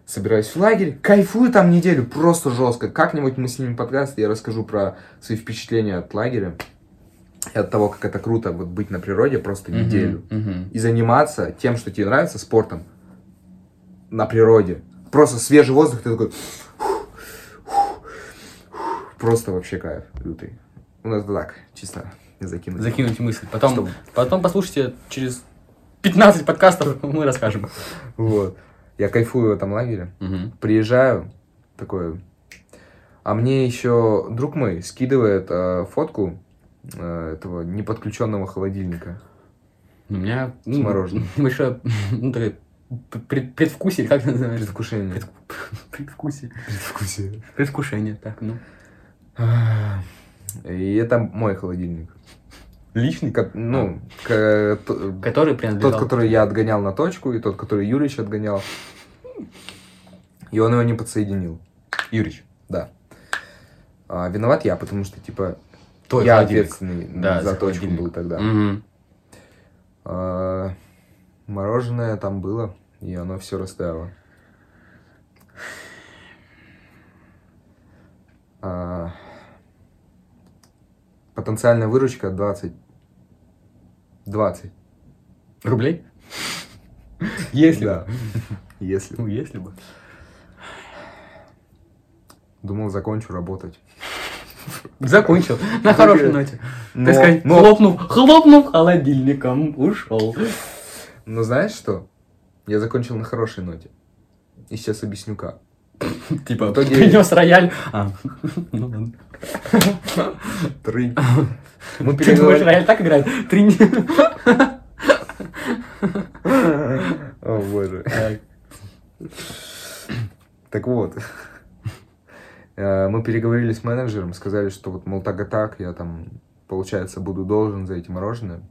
A: Собираюсь в лагерь, кайфую там неделю, просто жестко. Как-нибудь мы снимем подкаст, я расскажу про свои впечатления от лагеря и от того, как это круто вот быть на природе просто неделю.
B: Мгм,
A: И заниматься тем, что тебе нравится, спортом на природе. Просто свежий воздух, ты такой... Просто вообще кайф лютый. У нас так, чисто
B: мгм.
A: закинуть.
B: Закинуть мысль. Потом,
A: Чтобы-
B: потом послушайте через 15 подкастов, мы расскажем.
A: Вот. Я кайфую в этом лагере.
B: Мгм.
A: Приезжаю, такой... А мне еще друг мой скидывает э, фотку э, этого неподключенного холодильника.
B: У меня ну,
A: С мороженым.
B: небольшое ну, такое п- пред- предвкусие, как это называется?
A: Предвкушение.
B: Предвку- Предвкусие.
A: Предвкусие.
B: Предвкушение, так, ну.
A: И это мой холодильник.
B: Личный, а.
A: Ко- Ну, к- т-
B: который принадлежал.
A: Тот, который я отгонял на точку, и тот, который Юрич отгонял. И он его не подсоединил.
B: Юрич.
A: Да. А, виноват я, потому что, типа,
B: Твой
A: я
B: холодильник.
A: ответственный
B: Да, за
A: за точку
B: холодильник.
A: был тогда.
B: Мгм.
A: А, мороженое там было, и оно все растаяло. А, потенциальная выручка 20. 20.
B: Рублей? Если бы.
A: Да. Если.
B: Ну, если бы.
A: Думал, закончу работать.
B: Закончил. На хорошей ноте.
A: Но-
B: так сказать,
A: но-
B: хлопнув, хлопнув холодильником, ушел.
A: Но знаешь что? Я закончил на хорошей ноте. И сейчас объясню как.
B: Типа,
A: В итоге-
B: принес рояль. А, ну ладно.
A: Трынь. Мы
B: Ты думаешь,
A: переговорили...
B: рояль так играет? Три дня.
A: О, боже. Так вот. Э, Мы переговорили с менеджером, сказали, что вот, мол, так и так, я там, получается, буду должен за эти мороженое.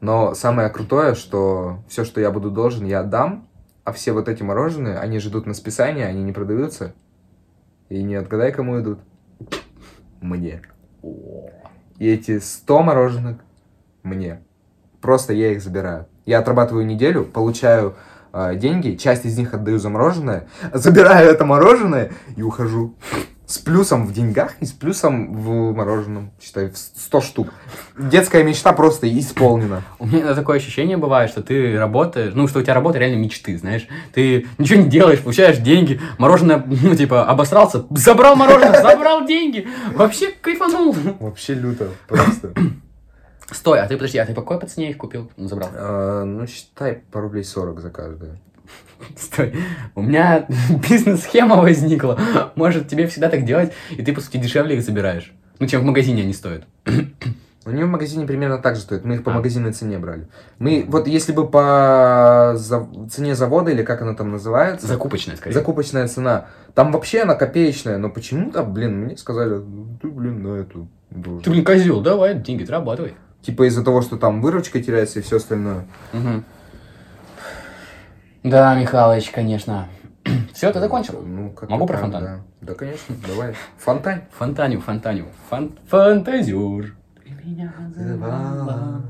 A: Но самое крутое, что все, что я буду должен, я отдам, а все вот эти мороженые, они же идут на списание, они не продаются. И не отгадай, кому идут. Мне. И эти 100 мороженых мне. Просто я их забираю. Я отрабатываю неделю, получаю э, деньги, часть из них отдаю за мороженое, забираю это мороженое и ухожу. С плюсом в деньгах и с плюсом в мороженом. Считай, в 100 штук. Детская мечта просто исполнена.
B: У меня такое ощущение бывает, что ты работаешь, ну, что у тебя работа реально мечты, знаешь. Ты ничего не делаешь, получаешь деньги, мороженое, ну, типа, обосрался, забрал мороженое, забрал деньги. Вообще кайфанул.
A: Вообще люто просто.
B: Стой, а ты, подожди, а ты по какой по цене их купил? Ну, забрал.
A: Ну, считай, по рублей 40 за каждое.
B: Стой, у меня бизнес-схема возникла. Может, тебе всегда так делать, и ты, по сути, дешевле их забираешь. Ну, чем в магазине они стоят.
A: У него в магазине примерно так же стоит. Мы их по
B: А.
A: магазинной цене брали. Мы, вот если бы по за- цене завода, или как она там называется,
B: Закупочная, скорее.
A: закупочная цена, там вообще она копеечная, но почему-то, блин, мне сказали, ты, блин, на эту должен».
B: Ты, блин, козел, давай, деньги зарабатывай.
A: Типа из-за того, что там выручка теряется и все остальное.
B: Да, Михалыч, конечно. Все, ты закончил?
A: Ну, как
B: Могу про фонтан?
A: Да. Да, конечно, давай. Фонтань.
B: Фонтаню, фонтаню, фан- фантазер. Ты меня называла.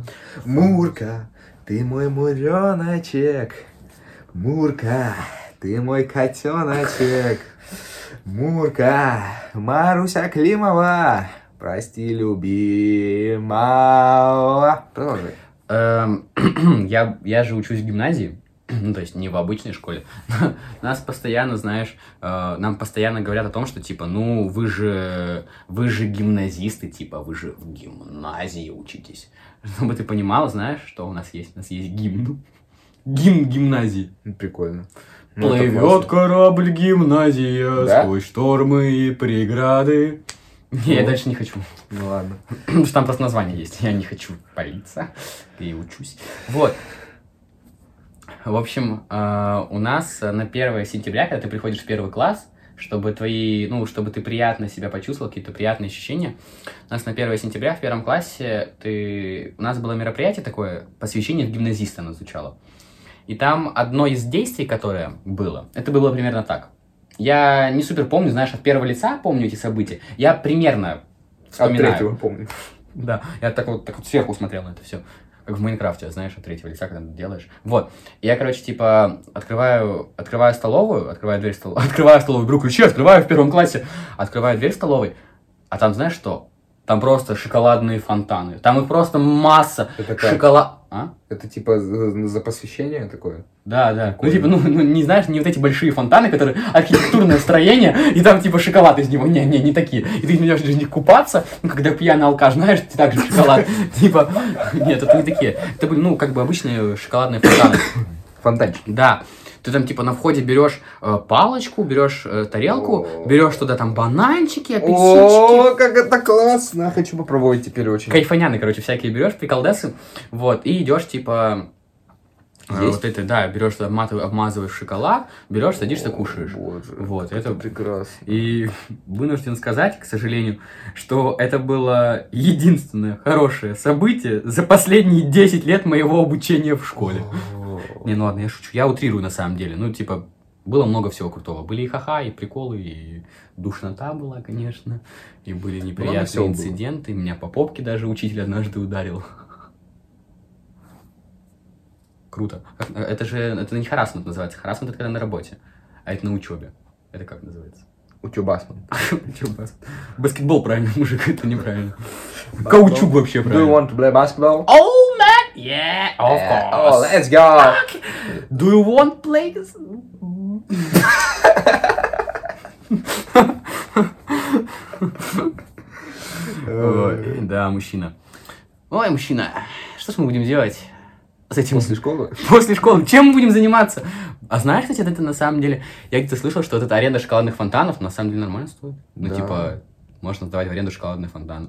A: Мурка, ты мой муреночек. Мурка, ты мой котеночек. Мурка, Маруся Климова. Прости, любимого. Продолжай.
B: Эм, Я, я же учусь в гимназии, ну, то есть не в обычной школе, нас постоянно, знаешь, э, нам постоянно говорят о том, что, типа, ну, вы же, вы же гимназисты, типа, вы же в гимназии учитесь. Чтобы ты понимала, знаешь, что у нас есть? У нас есть гимн. Гимн гимназии.
A: Ну, Прикольно. Ну, это
B: Плывет
A: классно.
B: корабль гимназия
A: Да?
B: сквозь штормы и преграды. Не, я
A: Ну.
B: дальше не хочу.
A: Ну ладно.
B: Потому что там просто название есть. Я не хочу палиться. Я и учусь. Вот. В общем, э, у нас э, на 1 сентября, когда ты приходишь в первый класс, чтобы твои, ну, чтобы ты приятно себя почувствовал, какие-то приятные ощущения. У нас на 1 сентября в первом классе ты... у нас было мероприятие такое, посвящение в гимназиста оно звучало. И там одно из действий, которое было, это было примерно так. Я не супер помню, знаешь, от первого лица помню эти события. Я примерно
A: От
B: вспоминаю.
A: третьего помню.
B: Да, я так вот, так вот сверху смотрел на это все. Как в Майнкрафте, знаешь, от третьего лица, когда ты делаешь. Вот. Я, короче, типа, открываю, открываю столовую, открываю дверь столовой, открываю столовую, беру ключи, открываю в первом классе, открываю дверь столовой, а там, знаешь что? Там просто шоколадные фонтаны. Там их просто масса.
A: Это как?
B: Шоколад... А?
A: Это типа за за посвящение такое?
B: Да, да.
A: Прикольно.
B: Ну, типа, ну, ну, не знаешь, не вот эти большие фонтаны, которые архитектурное строение, и там, типа, шоколад из него. Не, не, не такие. И ты идешь в них купаться, ну, когда пьяный алкаш, знаешь, ты также шоколад. Типа, нет, это не такие. Это были, ну, как бы обычные шоколадные фонтаны.
A: Фонтанчики.
B: Да. Ты там, типа, на входе берешь э, палочку, берешь э, тарелку,
A: О.
B: берешь туда там бананчики, апельсинчики.
A: О, как это классно! Хочу попробовать теперь очень.
B: Кайфаняны, короче, всякие берешь, приколдесы, вот, и идешь, типа, э,
A: Есть?
B: вот это, да, берешь, обматыв- обмазываешь шоколад, берешь, садишься,
A: О,
B: кушаешь.
A: боже,
B: Вот,
A: как
B: это-
A: прекрасно.
B: И вынужден сказать, к сожалению, что это было единственное хорошее событие за последние 10 лет моего обучения в школе.
A: О.
B: Не, ну ладно, я шучу. Я утрирую на самом деле. Ну, типа, было много всего крутого. Были и ха-ха, и приколы, и душнота была, конечно. И были неприятные
A: всего было.
B: инциденты. Меня по попке даже учитель однажды ударил. Круто. Как- Это же, это не харасмент называется. Харасмент это когда на работе. А это на учебе. Это как называется?
A: Утюбасман.
B: А, Чё, бас- Баскетбол правильно, мужик, это неправильно. Каучук вообще
A: Do you
B: правильно.
A: want to play basketball?
B: Oh, man! Yeah, of
A: Yeah.
B: course.
A: Oh, let's go!
B: Do you want play? this? Ой, Да, мужчина. Ой, мужчина, что ж мы будем делать с этим?
A: После школы?
B: После школы. Чем мы будем заниматься? А знаешь, кстати, это на самом деле... Я где-то слышал, что вот эта аренда шоколадных фонтанов на самом деле нормально стоит. Ну,
A: Да.
B: типа, можно сдавать в аренду шоколадные фонтаны.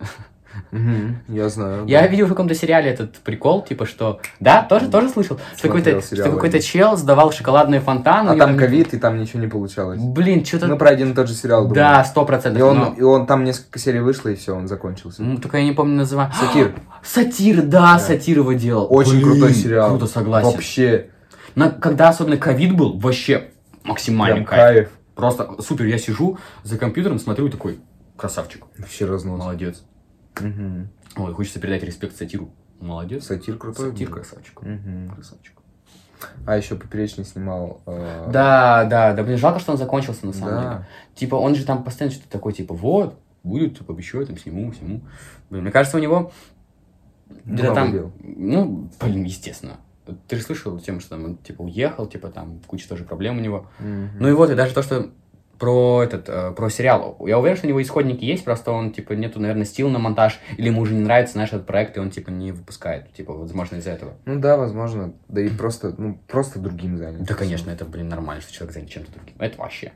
A: Мгм, Я знаю.
B: Я
A: Ну да.
B: видел в каком-то сериале этот прикол, типа, что... Да, тоже, тоже слышал, что
A: Смотрел
B: какой-то что
A: сериал
B: какой-то
A: один.
B: чел сдавал шоколадные фонтаны. у
A: А
B: него
A: там ковид, и там ничего не получалось.
B: Блин, что-то...
A: Мы про один и тот же сериал думали.
B: Да, сто
A: И
B: процентов.
A: он,
B: но-
A: и он там несколько серий вышло, и все, он закончился.
B: М, Ну, Только я не помню название.
A: Сатир.
B: Сатир, да, сатир его делал.
A: Очень
B: Блин,
A: крутой сериал.
B: Круто, согласен.
A: Вообще,
B: На- когда особенно ковид был, вообще максимальный
A: прям
B: кайф.
A: кайф.
B: Просто супер, я сижу за компьютером, смотрю и такой, красавчик,
A: Вообще разнос.
B: молодец.
A: Мгм.
B: Ой, хочется передать респект сатиру. Молодец.
A: Сатир крутой.
B: Сатир,
A: был.
B: красавчик.
A: Мгм.
B: Красавчик.
A: А еще Поперечный снимал. э,
B: Да, да, да, блин, жалко, что он закончился на самом деле.
A: Да.
B: Типа, он же там постоянно что-то такое, типа, вот, будет, типа, обещаю, там, сниму, сниму. Блин, мне кажется, у него... где-то
A: Много
B: там...
A: дел.
B: Ну, блин, естественно. Ты же слышал тем, что там, он, типа, уехал, типа, там, куча тоже проблем у него.
A: Мгм.
B: Ну и вот, и даже то, что про этот, э, про сериал. Я уверен, что у него исходники есть, просто он, типа, нету, наверное, сил на монтаж, или ему уже не нравится наш этот проект, и он, типа, не выпускает. Типа, возможно, из-за этого.
A: Ну да, возможно. Да и просто, ну, просто другим занят.
B: Да, конечно, это, блин, нормально, что человек занят чем-то другим. Это вообще.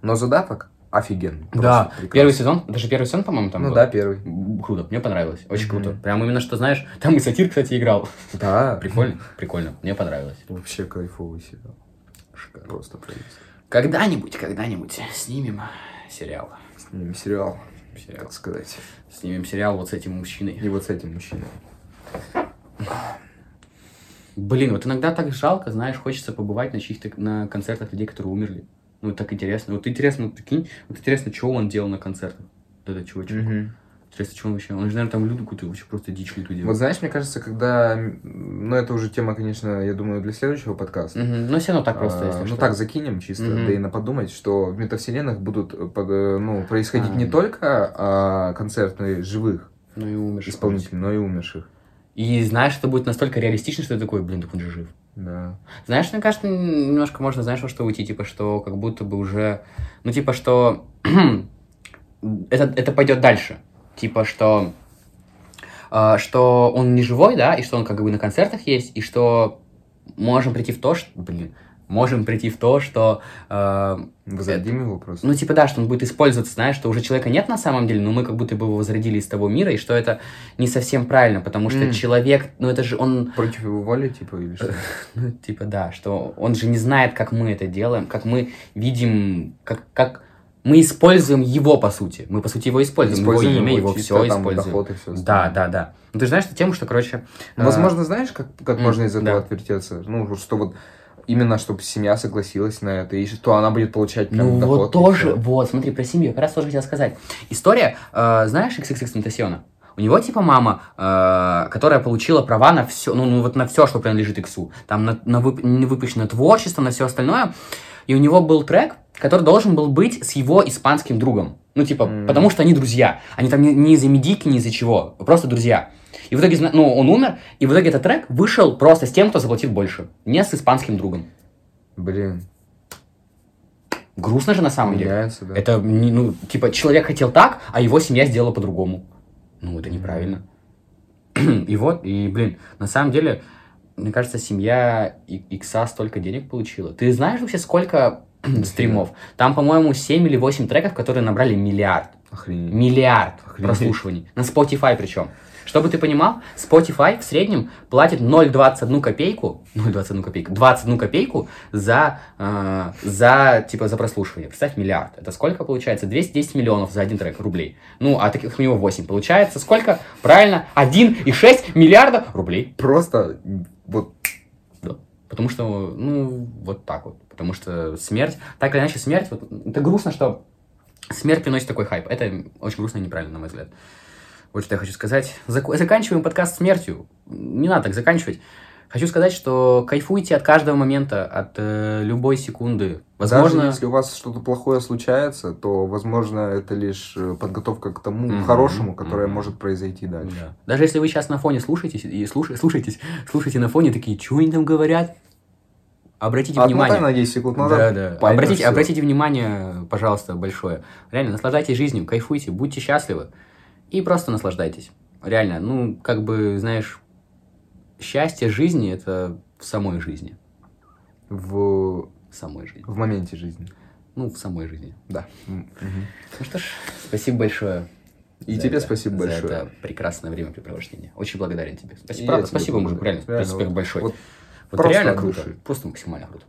A: Но задаток офигенный. просто
B: Да,
A: прекрасный.
B: первый сезон, даже первый сезон, по-моему, там
A: Ну
B: был.
A: да, первый.
B: М, Круто, мне понравилось, очень
A: Мгм.
B: круто. Прям именно что, знаешь, там и сатир, кстати, играл.
A: Да. Ну,
B: Прикольно, прикольно, мне понравилось.
A: Вообще кайфовый сериал. Просто прелесть.
B: Когда-нибудь, когда-нибудь снимем сериал.
A: Снимем сериал,
B: сериал.
A: так сказать.
B: Снимем сериал вот с этим мужчиной.
A: И вот с этим мужчиной.
B: Блин, вот иногда так жалко, знаешь, хочется побывать на чьих-то на концертах людей, которые умерли. Ну, так интересно. Вот интересно, вот прикинь, вот интересно, что он делал на концертах. Вот этот чувачок.
A: Мгм.
B: Интересно, что он вообще... Он же, наверное, там люди какую-то вообще просто дичь лютую делал.
A: Вот знаешь, мне кажется, когда... м, Ну, это уже тема, конечно, я думаю, для следующего подкаста.
B: Мгм, Но все равно так просто,
A: А,
B: если
A: ну
B: что.
A: так закинем чисто,
B: Мгм.
A: да и на подумать, что в метавселенных будут э, под, э, ну, происходить
B: А.
A: не только а, концерты живых
B: Ну и умер.
A: исполнителей, но и умерших.
B: И знаешь, это будет настолько реалистично, что ты такой, блин, так он же жив.
A: Да.
B: Знаешь, мне кажется, немножко можно, знаешь, во что уйти, типа, что как будто бы уже, ну, типа, что это, это пойдет дальше. Типа, что, э, что он не живой, да, и что он как бы на концертах есть, и что можем прийти в то, что, блин, можем прийти в то, что, э,
A: Возродим его просто.
B: ну, типа, да, что он будет использоваться, знаешь, что уже человека нет на самом деле, но мы как будто бы его возродили из того мира, и что это не совсем правильно, потому что
A: М.
B: человек, ну, это же он...
A: Против его воли, типа, или что?
B: Ну, типа, да, что он же не знает, как мы это делаем, как мы видим, как, как мы используем его, по сути. Мы, по сути, его используем.
A: Используем
B: его имя, его
A: чисто
B: все
A: там,
B: используем.
A: доход и всё
B: Да,
A: остальное. Ну,
B: да, да. Ну, ты же знаешь эту тему, что, короче... э,
A: Возможно, знаешь, как, как
B: М,
A: можно из этого
B: да.
A: отвертеться? Ну, вот что вот именно, чтобы семья согласилась на это, и что она будет получать прям
B: ну,
A: доход.
B: вот
A: и
B: тоже,
A: всё.
B: вот, смотри, про семью я как раз тоже хотел сказать. История, э, знаешь, XXX Тентасиона? У него, типа, мама, э, которая получила права на все, ну, ну, вот на все, что принадлежит Иксу. Там на, на вып- не выпущено творчество, на все остальное. И у него был трек, который должен был быть с его испанским другом. Ну, типа,
A: М.
B: потому что они друзья. Они там не, не из-за медики, не из-за чего, просто друзья. И в итоге, зна- ну, он умер, и в итоге этот трек вышел просто с тем, кто заплатил больше. Не с испанским другом.
A: Блин,
B: Грустно же на самом деле.
A: меняется, да.
B: Это, не- ну, типа, человек хотел так, а его семья сделала по-другому. Ну, это неправильно. И вот, и, блин, на самом деле, мне кажется, семья И- Икса столько денег получила. Ты знаешь вообще, сколько стримов? Там, по-моему, 7 или 8 треков, которые набрали миллиард.
A: Охренеть.
B: Миллиард
A: Охренеть.
B: прослушиваний. На Spotify причем. Чтобы ты понимал, Spotify в среднем платит 0,21 копейку, 0,21 копейку, 21 копейку за, э, за, типа, за прослушивание. Представь, миллиард. Это сколько получается? 210 миллионов за один трек рублей. Ну, а таких у него 8. Получается сколько? Правильно, 1,6 миллиарда рублей.
A: Просто м, вот
B: Потому что, ну, вот так вот. Потому что смерть, так или иначе, смерть, вот, это грустно, что смерть приносит такой хайп. Это очень грустно и неправильно, на мой взгляд. Вот что я хочу сказать. Зак- заканчиваем подкаст смертью. Не надо так заканчивать. Хочу сказать, что кайфуйте от каждого момента, от э, любой секунды. Возможно,
A: Даже если у вас что-то плохое случается, то, возможно, это лишь э, подготовка к тому
B: Мгм,
A: хорошему, которое
B: мгм.
A: может произойти дальше.
B: Да. Даже если вы сейчас на фоне слушаетесь и слушаете, слушаетесь, слушаете на фоне такие, что они там говорят, обратите внимание.
A: А Отмотай на 10 секунд назад.
B: Да, да.
A: поймёшь
B: Обратите,
A: всё.
B: обратите внимание, пожалуйста, большое. Реально, наслаждайтесь жизнью, кайфуйте, будьте счастливы. И просто наслаждайтесь. Реально, ну, как бы, знаешь, счастье жизни – это в самой жизни.
A: В,
B: В самой жизни.
A: в моменте жизни.
B: Ну, в самой жизни.
A: Да. М, мгм.
B: Ну что ж, спасибо большое.
A: И
B: за
A: тебе
B: это-
A: спасибо
B: за
A: большое.
B: это прекрасное времяпрепровождение. Очень благодарен тебе.
A: И
B: Спасибо, правда,
A: я тебе
B: спасибо, мужик,
A: благодарен.
B: реально. Респект
A: вот.
B: большой.
A: Вот
B: Вот
A: просто
B: реально
A: от
B: круто.
A: души.
B: Просто максимально круто.